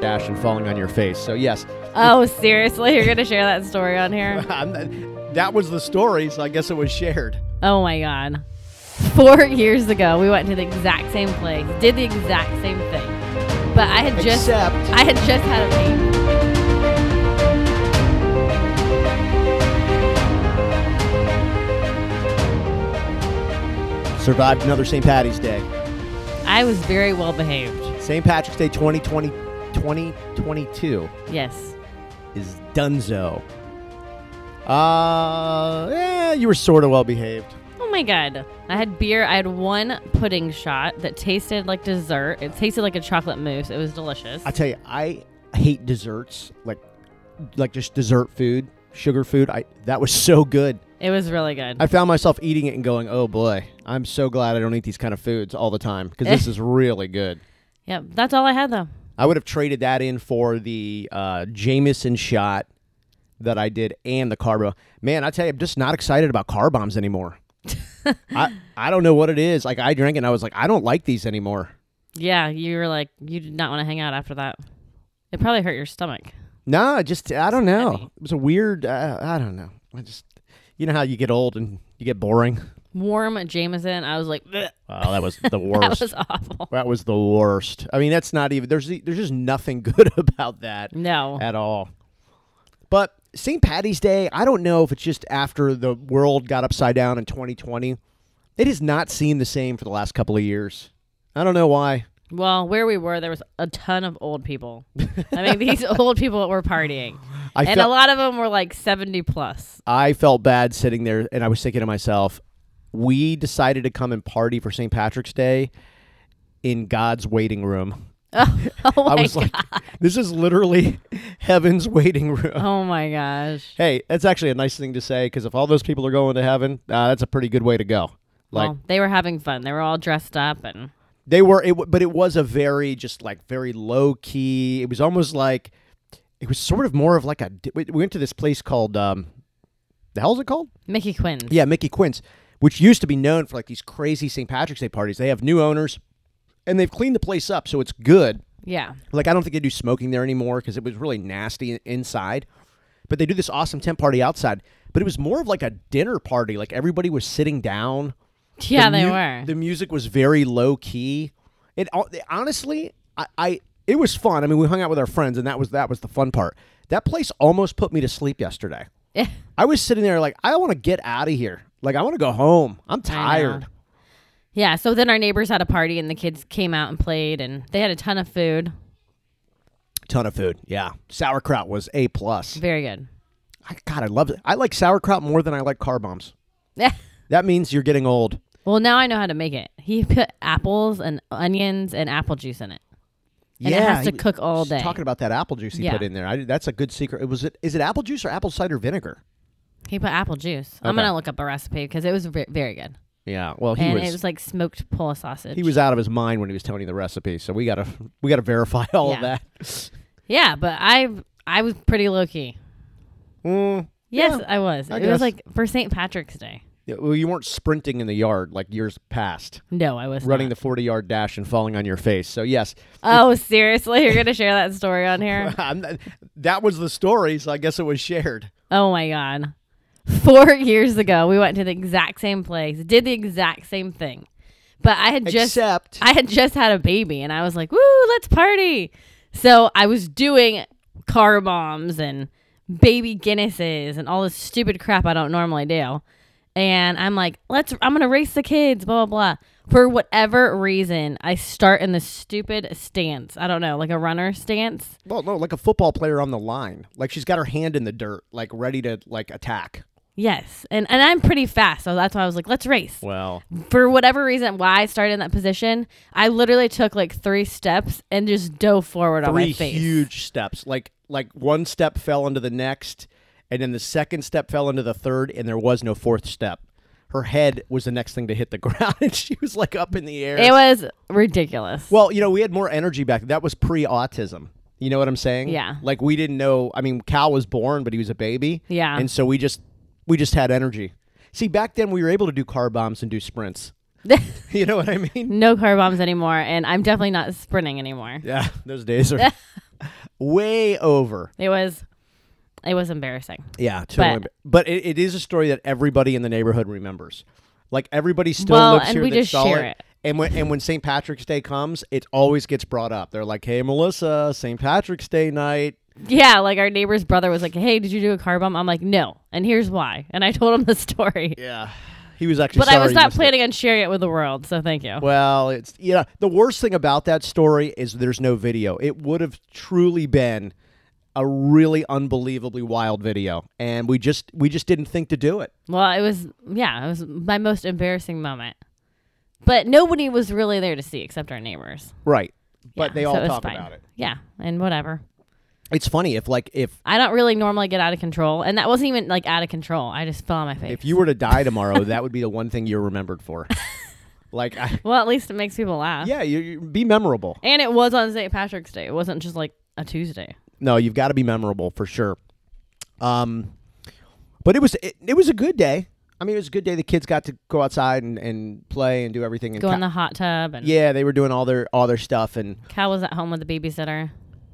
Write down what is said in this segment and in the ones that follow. dash and falling on your face. So yes, Oh, seriously? You're going to share that story on here? I'm not- that was the story. So I guess it was shared. Oh my God. Four years ago, we went to the exact same place, did the exact same thing. But I had just Except- I had just had a baby. Survived another St. Patty's Day. I was very well behaved. St. Patrick's Day 2020, 2022 Yes. is Dunzo. Uh, yeah, you were sort of well behaved. Oh my god. I had beer. I had one pudding shot that tasted like dessert. It tasted like a chocolate mousse. It was delicious. I tell you, I hate desserts, like like just dessert food, sugar food. I that was so good. it was really good. I found myself eating it and going, "Oh boy, I'm so glad I don't eat these kind of foods all the time because this is really good." yep. That's all I had though. I would have traded that in for the uh, Jameson shot that I did and the carb. Man, I tell you, I'm just not excited about car bombs anymore. I I don't know what it is. Like I drank it, and I was like, I don't like these anymore. Yeah, you were like you did not want to hang out after that. It probably hurt your stomach. No, I just I don't know. heavy. It was a weird. Uh, I don't know. I just you know how you get old and you get boring. Warm Jameson, I was like "Bleh." Wow, that was the that worst. was awful. That was the worst. I mean, that's not even. There's there's just nothing good about that No. at all. But St. Patty's Day, I don't know if it's just after the world got upside down in 2020. It has not seemed the same for the last couple of years. I don't know why. Well, where we were, there was a ton of old people. I mean, these old people were partying, I and felt- a lot of them were like seventy plus. I felt bad sitting there and I was thinking to myself, we decided to come and party for St. Patrick's Day in God's waiting room. Oh, I my was god! like, this is literally heaven's waiting room. oh my gosh! Hey, that's actually a nice thing to say because if all those people are going to heaven, uh, that's a pretty good way to go. Like well, they were having fun. They were all dressed up, and they were, it, w- but it was a very just like very low key. It was almost like it was sort of more of like a. di- We we went to this place called um, the hell's it called? Mickey Quinn. Yeah, Mickey Quinn's, which used to be known for like these crazy St. Patrick's Day parties. They have new owners, and they've cleaned the place up, so it's good. Yeah. Like I don't think they do smoking there anymore because it was really nasty i- inside. But they do this awesome tent party outside. But it was more of like a dinner party. Like everybody was sitting down. Yeah, The they mu- were. The music was very low key. It al- honestly, I, I it was fun. I mean, we hung out with our friends, and that was that was the fun part. That place almost put me to sleep yesterday. I was sitting there like I want to get out of here. Like I want to go home. I'm tired. yeah. So then our neighbors had a party, and the kids came out and played, and they had a ton of food. Ton of food. Yeah, sauerkraut was a plus. Very good. I, God, I love it. I like sauerkraut more than I like car bombs. Yeah. That means you're getting old. Well, now I know how to make it. He put apples and onions and apple juice in it. And it has to he- cook all just day. Talking about that apple juice he Yeah. put in there, I, that's a good secret. It was it is it apple juice or apple cider vinegar? He put apple juice. I'm Okay. gonna look up a recipe because it was ve- very good, Yeah. Well, he and was, it was like smoked pole sausage. he was out of his mind when he was telling you the recipe. So we gotta we gotta verify all of Yeah. that. yeah, but I I was pretty low key. Mm, Yes, Yeah, I was. I it guess. was like for St. Patrick's Day. yeah, well, you weren't sprinting in the yard like years past, No, I was running Not. the forty yard dash and falling on your face. So yes, oh, seriously? You're gonna share that story on here? I'm not- that was the story. So I guess it was shared. Oh my god! Four years ago, we went to the exact same place, did the exact same thing, but I had just Except I had just had a baby and I was like, woo, let's party. So I was doing car bombs and baby Guinnesses and all this stupid crap I don't normally do. And I'm like, let's, I'm going to race the kids, blah, blah, blah. For whatever reason, I start in the stupid stance. I don't know, like a runner stance. Well, no, like a football player on the line. Like she's got her hand in the dirt, like ready to like attack. Yes. And, and I'm pretty fast. So that's why I was like, let's race. Well, For whatever reason, why I started in that position, I literally took like three steps and just dove forward on three my face. huge steps. Like like one step fell into the next, and then the second step fell into the third, and there was no fourth step. Her head was the next thing to hit the ground, and she was like up in the air. It was ridiculous. well, you know, we had more energy back. That was pre-autism. You know what I'm saying? Yeah. Like we didn't know. I mean, Cal was born, but he was a baby. Yeah. And so we just we just had energy. See, back then we were able to do car bombs and do sprints. You know what I mean? no car bombs anymore, and I'm definitely not sprinting anymore. Yeah, those days are. way over. It was it was embarrassing. Yeah, totally. But, But- it, it is a story that everybody in the neighborhood remembers. Like everybody still Well, lives and here. we that just saw share it. And when and when St. Patrick's Day comes, it always gets brought up. They're like, "Hey, Melissa, St. Patrick's Day night." Yeah, like our neighbor's brother was like, "Hey, did you do a car bomb?" I'm like, "No," and here's why. And I told him the story, Yeah, he was actually. but I sorry was you not missed it. planning on sharing it with the world. So thank you. Well, it's yeah. The worst thing about that story is there's no video. It would have truly been a really unbelievably wild video, and we just we just didn't think to do it. Well, it was yeah, it was my most embarrassing moment. But nobody was really there to see except our neighbors. Right, but Yeah, they so all was talk fine. about it. Yeah, and whatever. It's funny if like if I don't really normally get out of control, and that wasn't even like out of control. I just fell on my face. if you were to die tomorrow, that would be the one thing you're remembered for. like, I, well, at least it makes people laugh. yeah, you, you be memorable. And it was on St. Patrick's Day. It wasn't just like a Tuesday. No, you've got to be memorable for sure. Um, but it was it, it was a good day. I mean, it was a good day. The kids got to go outside and, and play and do everything. And Go ca- in the hot tub, and Yeah, they were doing all their all their stuff and Cal was at home with the babysitter.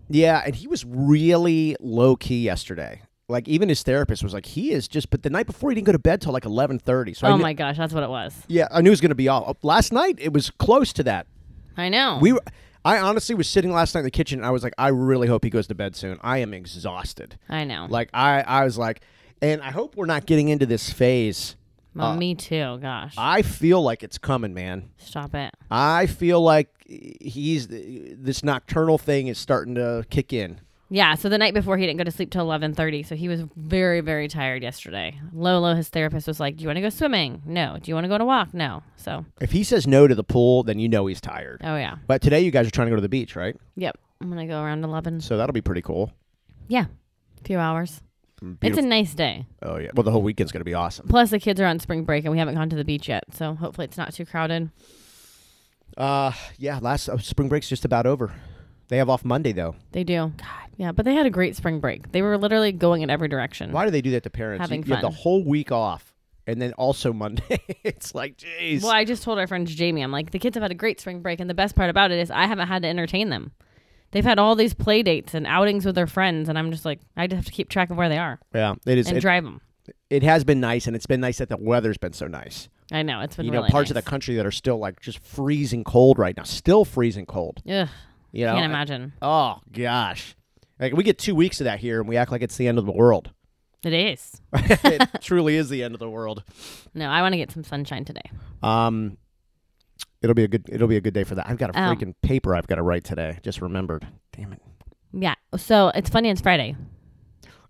yeah, and he was really low key yesterday. Like even his therapist was like, he is just. But the night before, he didn't go to bed till like eleven thirty. So I Oh knew- my gosh, that's what it was. yeah, I knew it was gonna be all. Last night, it was close to that. I know. We, were, I honestly was sitting last night in the kitchen, and I was like, I really hope he goes to bed soon. I am exhausted. I know. Like I, I was like, and I hope we're not getting into this phase. well, me too. Gosh, uh, I feel like it's coming, man. stop it. I feel like he's this nocturnal thing is starting to kick in. Yeah, so the night before he didn't go to sleep till 11:30, so he was very very tired yesterday. Lolo his therapist was like, "Do you want to go swimming?" No. "Do you want to go on a walk?" No. So, If he says no to the pool, then you know he's tired. oh yeah. But today you guys are trying to go to the beach, right? Yep. I'm going to go around 11. So that'll be pretty cool. Yeah. A few hours. It's a Beautiful. nice day. oh yeah. Well, the whole weekend's gonna be awesome. Plus the kids are on spring break and we haven't gone to the beach yet, so hopefully it's not too crowded. Uh, yeah. Last uh, spring break's just about over. They have off Monday though. They do. God. Yeah, but they had a great spring break. They were literally going in every direction. Why do they do that to parents? You- Having you, have the fun. whole week off, and then also Monday. it's like, jeez. Well, I just told our friend Jamie, I'm like, the kids have had a great spring break, and the best part about it is I haven't had to entertain them. They've had all these play dates and outings with their friends, and I'm just like, I just have to keep track of where they are Yeah, it is. and It, drive them. it has been nice, and it's been nice that the weather's been so nice. I know it's been You really know, parts nice. of the country that are still like just freezing cold right now, still freezing cold. Ugh, You know, can't imagine. oh gosh, like we get two weeks of that here, and we act like it's the end of the world. It is. it truly is the end of the world. No, I want to get some sunshine today. Um, it'll be a good it'll be a good day for that. I've got a Um, freaking paper I've got to write today. Just remembered. Damn it! Yeah. So it's funny. It's Friday.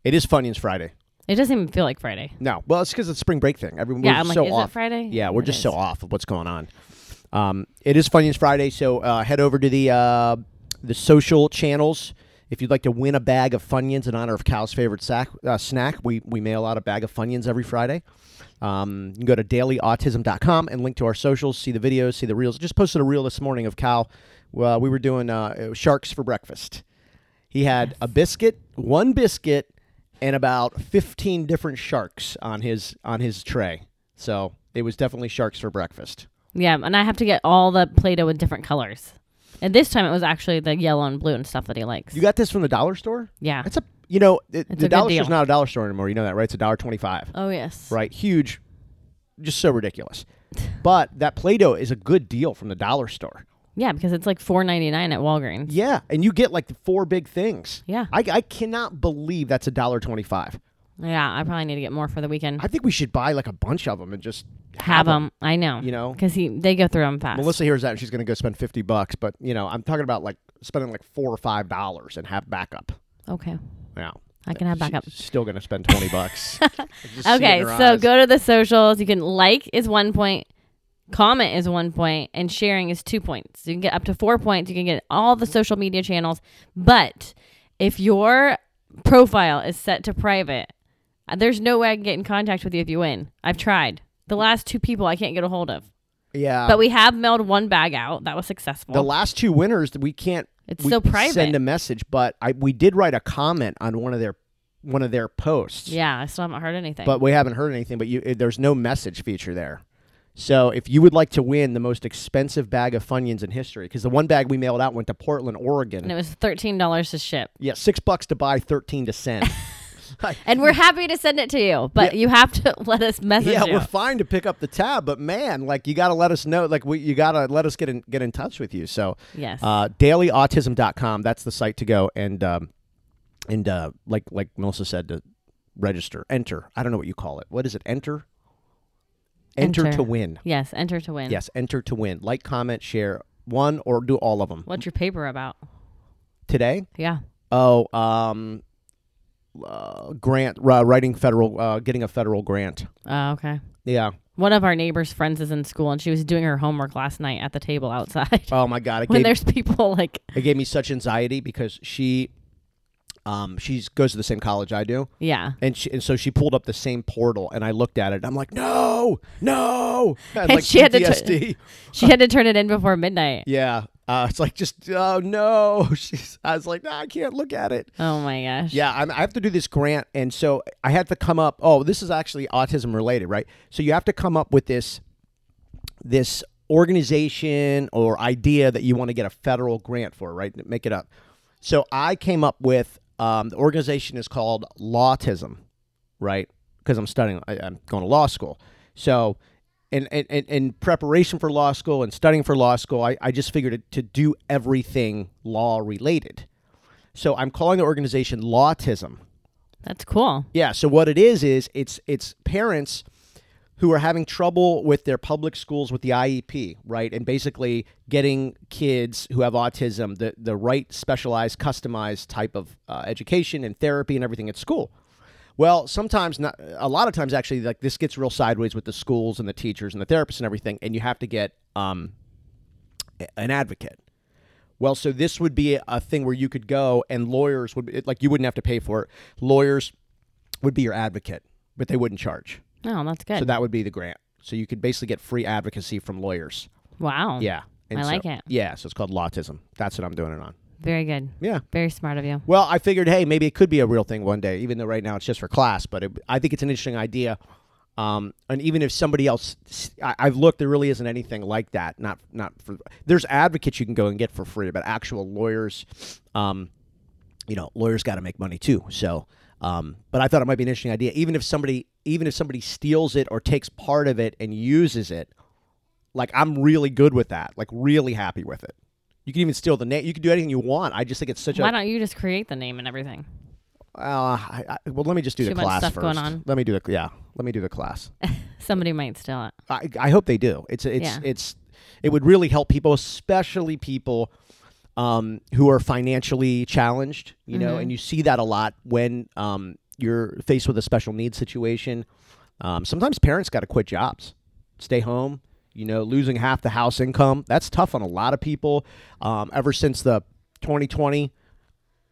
It is Funyuns Friday. It doesn't even feel like Friday. No, well, it's because it's spring break thing. Everyone yeah. we're I'm like, so is off. it Friday? Yeah, we're It just is. so off of what's going on. Um, it is Funyuns Friday, so uh, head over to the uh, the social channels if you'd like to win a bag of Funyuns in honor of Cal's favorite sack, uh, snack. We we mail out a bag of Funyuns every Friday. Um, you can go to dailyautism.com and link to our socials, see the videos, see the reels. Just posted a reel this morning of Cal. Uh, we were doing uh, sharks for breakfast. He had a biscuit, one biscuit, and about fifteen different sharks on his on his tray. So it was definitely sharks for breakfast. Yeah, and I have to get all the Play-Doh with different colors. And this time it was actually the yellow and blue and stuff that he likes. You got this from the dollar store? yeah. That's a you know it, It's a the good dollar deal. store's not a dollar store anymore. You know that right? It's a dollar twenty five. Oh yes. Right, huge, just so ridiculous. But that Play-Doh is a good deal from the dollar store. Yeah, because it's like four ninety nine at Walgreens. Yeah, and you get like the four big things. Yeah. I, I cannot believe that's a dollar twenty-five. Yeah, I probably need to get more for the weekend. I think we should buy like a bunch of them and just Have 'em. them. I know. You know? because he they go through them fast. Melissa hears that and she's going to go spend fifty bucks. But you know, I'm talking about like spending like four or five dollars and have backup. Okay, Now I can have backup. She's still going to spend twenty bucks. Okay, so go to the socials. You can like is one point, comment is one point, and sharing is two points. You can get up to four points. You can get all the social media channels, but if your profile is set to private, uh, there's no way I can get in contact with you if you win. I've tried. The last two people I can't get a hold of. Yeah, But we have mailed one bag out. That was successful. the last two winners we can't. It's we so private. Send a message, but I we did write a comment on one of their one of their posts. yeah, I still haven't heard anything. But we haven't heard anything. But you, there's no message feature there. So if you would like to win the most expensive bag of Funyuns in history, because the one bag we mailed out went to Portland, Oregon. and it was thirteen dollars to ship. yeah, six bucks to buy, thirteen to send. And we're happy to send it to you, but you have to let us message yeah, you. we're fine to pick up the tab, but man, like you got to let us know. Like we, you got to let us get in get in touch with you. So Yes. uh, dailyautism.com. That's the site to go and um, and uh, like like Melissa said to register, enter. I don't know what you call it. What is it? Enter. Enter, Enter. to win. yes, enter to win. Yes, enter to win. Like, comment, share one or do all of them What's your paper about? today. Yeah. Oh, um, uh, grant uh, writing federal, uh, getting a federal grant. Oh, okay. Yeah. One of our neighbor's friends is in school, and she was doing her homework last night at the table outside. Oh my God, it when gave, there's people like, it gave me such anxiety because she, um, she goes to the same college I do. yeah. And, she, and so she pulled up the same portal, and I looked at it. and I'm like, no, no. I had, And like she had to t- PTSD. She had to turn it in before midnight. yeah, uh, it's like just oh no. She's, I was like, no, I can't look at it. Oh my gosh. Yeah, I'm, I have to do this grant, and so I had to come up. Oh, this is actually autism related, right? So you have to come up with this, this organization or idea that you want to get a federal grant for, right? Make it up. So I came up with um, the organization is called Lawtism, right? Because I'm studying, I, I'm going to law school. So, in, in, in- in preparation for law school and studying for law school, I, I just figured it, to do everything law related. So I'm calling the organization Lawtism. That's cool. Yeah. So what it is is it's it's parents who are having trouble with their public schools with the IEP, right? And basically getting kids who have autism the the right specialized, customized type of uh, education and therapy and everything at school. Well, sometimes not a lot of times actually like this gets real sideways with the schools and the teachers and the therapists and everything and you have to get um a- an advocate. Well, so this would be a thing where you could go and lawyers would it- like you wouldn't have to pay for it. Lawyers would be your advocate, but they wouldn't charge. Oh, that's good. So that would be the grant. So you could basically get free advocacy from lawyers. wow. Yeah. And Oh. I so- like it. Yeah, so it's called Lautism. That's what I'm doing it on. Very good. Yeah. Very smart of you. Well, I figured, hey, maybe it could be a real thing one day, even though right now it's just for class. But it, I think it's an interesting idea. Um, and even if somebody else, I, I've looked, there really isn't anything like that. Not, not for. There's advocates you can go and get for free, but actual lawyers, um, you know, lawyers got to make money too. So, um, but I thought it might be an interesting idea. Even if somebody, even if somebody steals it or takes part of it and uses it, like I'm really good with that. Like really happy with it. You can even steal the name. You can do anything you want. I just think it's such a Why don't you just create the name and everything? uh, I, I, well, let me just do Too the much class stuff first. going on. Let me do the yeah. Let me do the class. Somebody might steal it. I, I hope they do. It's it's Yeah. it's it would really help people, especially people um, who are financially challenged. You Mm-hmm. know, and you see that a lot when um, you're faced with a special needs situation. Um, sometimes parents got to quit jobs, stay home. You know, losing half the house income that's tough on a lot of people. Um, ever since the 2020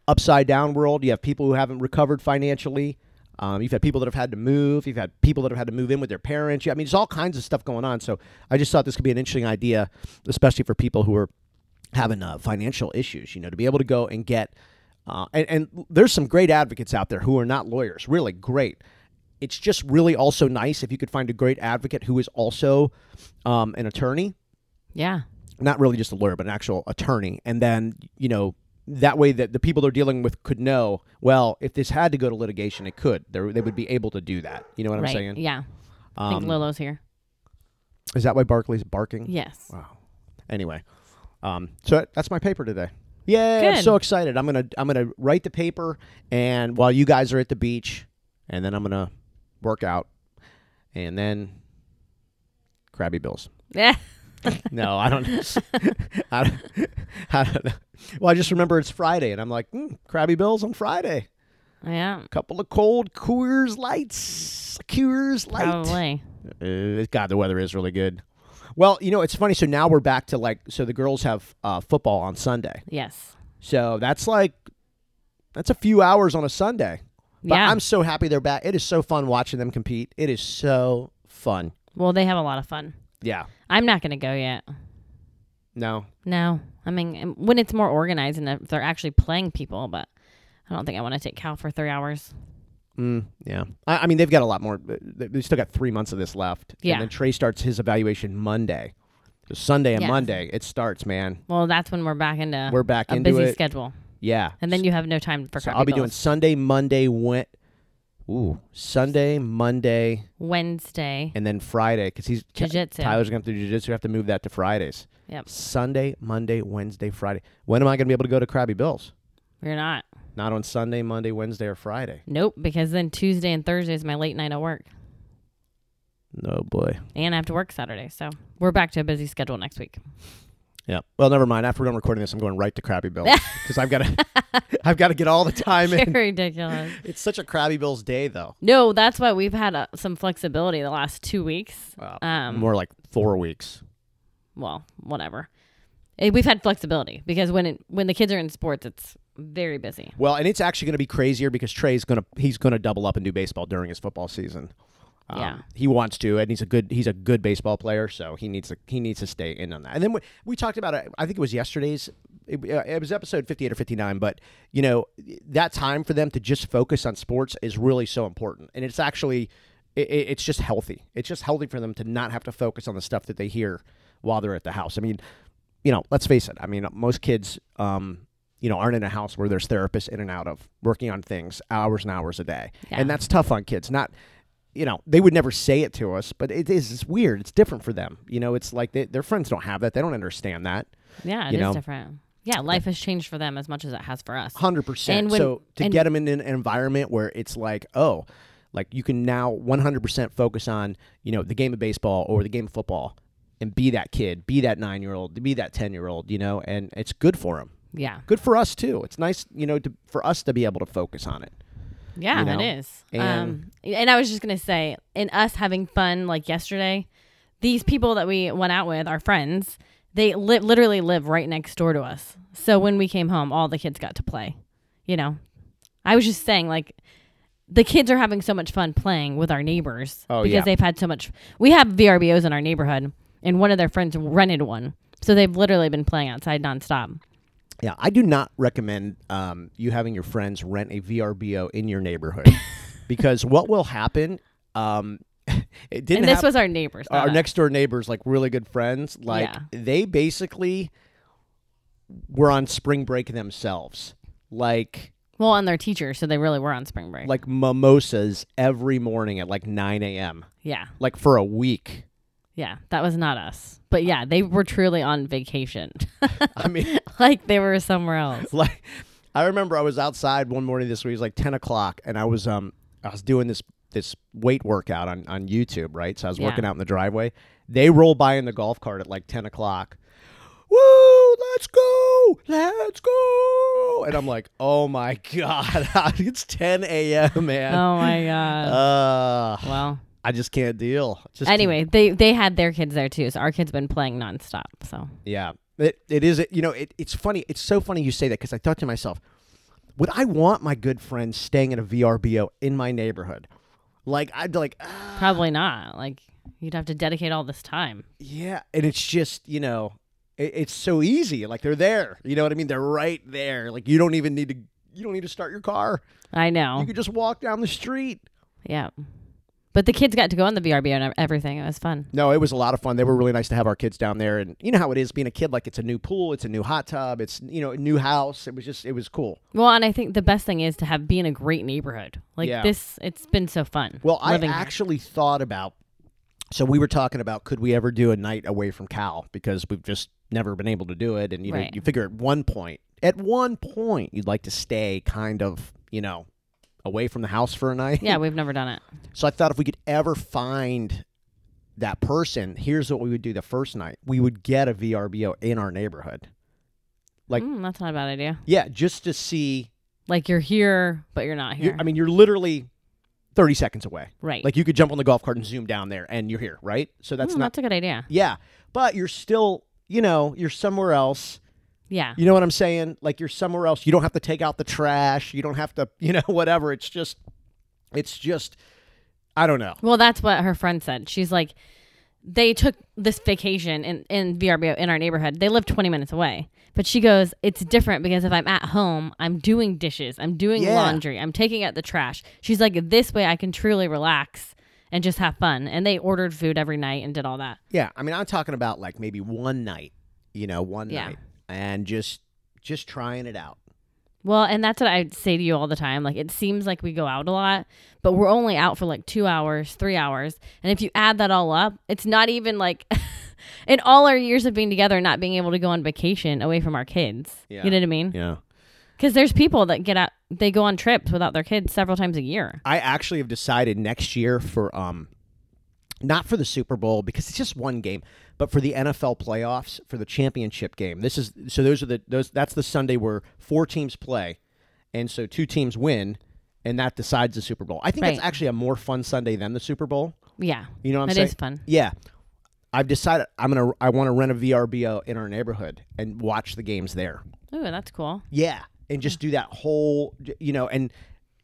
upside down world. You have people who haven't recovered financially. Um, you've had people that have had to move. You've had people that have had to move in with their parents. Yeah, I mean, there's all kinds of stuff going on. So I just thought this could be an interesting idea, especially for people who are having uh, financial issues. You know, to be able to go and get uh, and, and there's some great advocates out there who are not lawyers. Really great. It's just really also nice if you could find a great advocate who is also um, an attorney Yeah. not really just a lawyer, but an actual attorney. And then, you know, that way that the people they're dealing with could know, well, if this had to go to litigation, it could. They're, they would be able to do that. You know what right. I'm saying? Um, Yeah. I think Lolo's here. Is that why Barkley's barking? Yes. Wow. Anyway, um, so that's my paper today. Yay! I'm Good. so excited. I'm gonna I'm gonna write the paper, and while you guys are at the beach, and then I'm gonna work out, and then Krabby Bills. Yeah. No, I don't. I don't, I don't know. Well, I just remember it's Friday, and I'm like, mm, Krabby Bills on Friday. yeah. Couple of cold Coors Lights. Coors Light. Probably. Uh, God, the weather is really good. Well, you know, it's funny. So now we're back to like, so the girls have uh, football on Sunday. Yes. So that's like, that's a few hours on a Sunday. But yeah. I'm so happy they're back. It is so fun watching them compete. It is so fun. well, they have a lot of fun. Yeah. I'm not going to go yet. No. No. I mean, um, when it's more organized and if they're actually playing people, but I don't think I want to take Cal for three hours. Mm, yeah. I, I mean, they've got a lot more. uh, They they've still got three months of this left. Yeah. And then Trey starts his evaluation Monday. So Sunday and Yes. Monday, it starts, man. Well, that's when we're back into We're back Uh, a into busy it. schedule, Yeah. and then you have no time for. So crappy I'll be doing bills. Sunday, Monday, went. Ooh, Sunday, Monday, Wednesday. and then Friday because he's Jiu-jitsu. Tyler's going to do jujitsu. We have to move that to Fridays. Yep. Sunday, Monday, Wednesday, Friday. When am I going to be able to go to Krabby Bill's? You're not. Not on Sunday, Monday, Wednesday, or Friday. Nope, because then Tuesday and Thursday is my late night at work, No boy. and I have to work Saturday. So we're back to a busy schedule next week. Yeah. Well, never mind. After we're done recording this, I'm going right to Krabby Bill's because I've got to. I've got to get all the time in. ridiculous. It's such a Krabby Bill's day, though. No, that's why we've had uh, some flexibility the last two weeks. Um, More like four weeks. well, whatever. Eh, We've had flexibility because when it, when the kids are in sports, it's very busy. Well, and it's actually going to be crazier because Trey's going to he's going to double up and do baseball during his football season. Um, Yeah. he wants to, and he's a good he's a good baseball player, so he needs to he needs to stay in on that. And then we, we talked about it. I think it was yesterday's. It, uh, it was episode fifty eight or fifty nine, but you know that time for them to just focus on sports is really so important, and it's actually it, it- it's just healthy. It's just healthy for them to not have to focus on the stuff that they hear while they're at the house. I mean, you know, let's face it. I mean, most kids, um, you know, aren't in a house where there's therapists in and out of working on things hours and hours a day, Yeah. and that's tough on kids. Not, you know, they would never say it to us, but it is it's weird. It's different for them. You know, it's like they, their friends don't have that. They don't understand that. Yeah, it You is know. different. Yeah, life has changed for them as much as it has for us. Hundred percent. And when- So to and- get them in an environment where it's like, oh, like you can now one hundred percent focus on you know the game of baseball or the game of football, and be that kid, be that nine year old, be that ten year old. You know, and it's good for them. Yeah, good for us too. It's nice, you know, to, for us to be able to focus on it. yeah, you know, it is. and- um, and I was just gonna say, in us having fun like yesterday, these people that we went out with, our friends, they li- literally live right next door to us. So when we came home, all the kids got to play. You know, I was just saying like. The kids are having so much fun playing with our neighbors Oh, because yeah. they've had so much. We have VRBOs in our neighborhood, and one of their friends rented one, so they've literally been playing outside nonstop. Yeah, I do not recommend um, you having your friends rent a VRBO in your neighborhood because what will happen? Um, it didn't. And this hap- was our neighbors. not our us. next door neighbors, like really good friends. Like Yeah. they basically were on spring break themselves. Like Well, and their teachers, so they really were on spring break. like mimosas every morning at like nine a.m. yeah, Like for a week. yeah, that was not us. But yeah, they were truly on vacation. I mean, like they were somewhere else. like I remember I was outside one morning this week, it was like ten o'clock, and I was um I was doing this this weight workout on, on YouTube, right? So I was Yeah. working out in the driveway. They roll by in the golf cart at like ten o'clock. Woo, let's go, let's go. And I'm like, oh my God, it's 10 a.m., Oh man. my god. Uh, well, I just can't deal. Just can't- anyway, they they had their kids there too, so our kids been playing nonstop. So Yeah. It, it is, you know, it, it's funny. It's so funny you say that because I thought to myself, would I want my good friends staying at a VRBO in my neighborhood? Like, I'd be like, ah, probably not. Like you'd have to dedicate all this time. yeah. And it's just, you know, it, it's so easy. Like, they're there. You know what I mean? They're right there. Like, you don't even need to, you don't need to start your car. I You know. could just walk down the street. Yeah. But the kids got to go on the VRBO and everything. It was fun. No, it was a lot of fun. They were really nice to have our kids down there, and you know how it is being a kid. Like it's a new pool, it's a new hot tub, it's you know a new house. It was just it was cool. Well, and I think the best thing is to have be in a great neighborhood. Like Yeah. this, it's been so fun. Well, I living here. actually thought about. So we were talking about could we ever do a night away from Cal because we've just never been able to do it, and you know Right. you figure at one point, at one point you'd like to stay kind of you know away from the house for a night. yeah, we've never done it. So I thought if we could ever find that person, here's what we would do the first night: we would get a VRBO in our neighborhood. Like- Mm, that's not a bad idea. Yeah, just to see. Like you're here, but you're not here. You're, I mean, you're literally thirty seconds away. right. Like you could jump on the golf cart and zoom down there, and you're here, right? So that's Mm, not that's a good idea. Yeah, but you're still, you know, you're somewhere else. Yeah. You know what I'm saying? Like you're somewhere else. You don't have to take out the trash. You don't have to, you know, whatever. It's just, it's just, I don't know. Well, that's what her friend said. She's like, they took this vacation in, in VRBO in our neighborhood. They live 20 minutes away. But she goes, it's different because if I'm at home, I'm doing dishes, I'm doing Yeah. laundry, I'm taking out the trash. She's like, this way I can truly relax and just have fun. And they ordered food every night and did all that. Yeah, I mean, I'm talking about like maybe one night, you know, one Yeah. night, and just just trying it out. Well, and that's what I say to you all the time. Like, it seems like we go out a lot, but we're only out for like two hours, three hours. And if you add that all up, it's not even like in all our years of being together and not being able to go on vacation away from our kids. Yeah. You know what I mean? Yeah, Because there's people that get out, they go on trips without their kids several times a year. I actually have decided next year for um, not for the Super Bowl because it's just one game, but for the NFL playoffs for the championship game. This is so those are the those that's the Sunday where four teams play, and so two teams win, and that decides the Super Bowl. I think that's Right. actually a more fun Sunday than the Super Bowl. Yeah. You know what I'm That saying? is fun. Yeah. I've decided I'm gonna I want to rent a VRBO in our neighborhood and watch the games there. Ooh, that's cool. Yeah, and Mm. just do that whole you know, and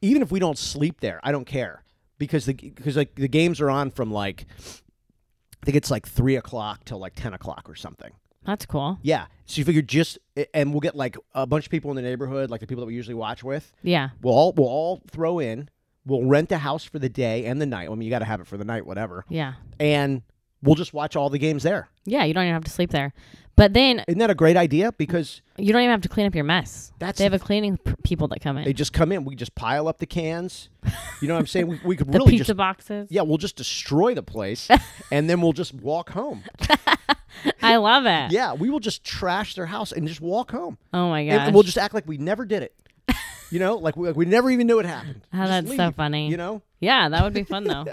even if we don't sleep there, I don't care because the because like the games are on from like I think it's like three o'clock till like ten o'clock or something. That's cool. Yeah, so you figure just and we'll get like a bunch of people in the neighborhood, like the people that we usually watch with. Yeah. We'll all we'll all throw in. We'll rent a house for the day and the night. I mean, you got to have it for the night, whatever. Yeah. And we'll just watch all the games there. Yeah. You don't even have to sleep there. But then Isn't that a great idea? Because you don't even have to clean up your mess. That's they have a cleaning p- people that come in. they just come in, we just pile up the cans. You know what I'm saying? We, we could the really pizza just boxes. yeah, we'll just destroy the place, and then we'll just walk home. I love it. Yeah, we will just trash their house and just walk home, Oh my and gosh. we'll just act like we never did it. You know, like we, like we never even knew it happened. Oh, Just that's so leave, funny. You know, yeah, that would be fun though.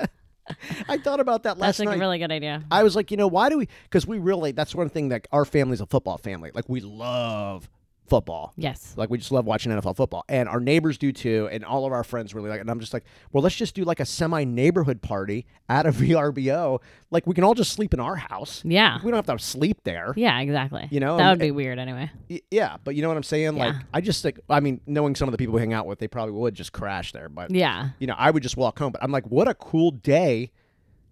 I thought about that last That's like night. a really good idea. I was like, you know, why do we? Because we really that's one thing that our family's a football family. Like we love football. Yes. Like we just love watching NFL football, and our neighbors do too, and all of our friends really like. it. And I'm just like, well, let's just do like a semi neighborhood party at a VRBO. Like we can all just sleep in our house. Yeah. We don't have to sleep there. Yeah, exactly. You know, that and- would be weird anyway. Y- Yeah, but you know what I'm saying? Like I just like I mean, knowing some of the people we hang out with, they probably would just crash there. But Yeah. you know, I would just walk home. But I'm like, what a cool day,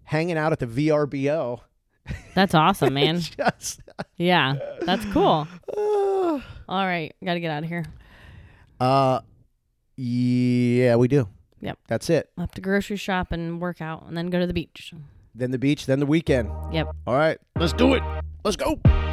hanging out at the VRBO. That's awesome, man. Just. yeah. That's cool. All right. Got to get out of here. Uh, yeah, we do. Yep. That's it. I'll have to grocery shop and work out and then go to the beach. Then the beach, then the weekend. Yep. All right, let's do it. Let's go.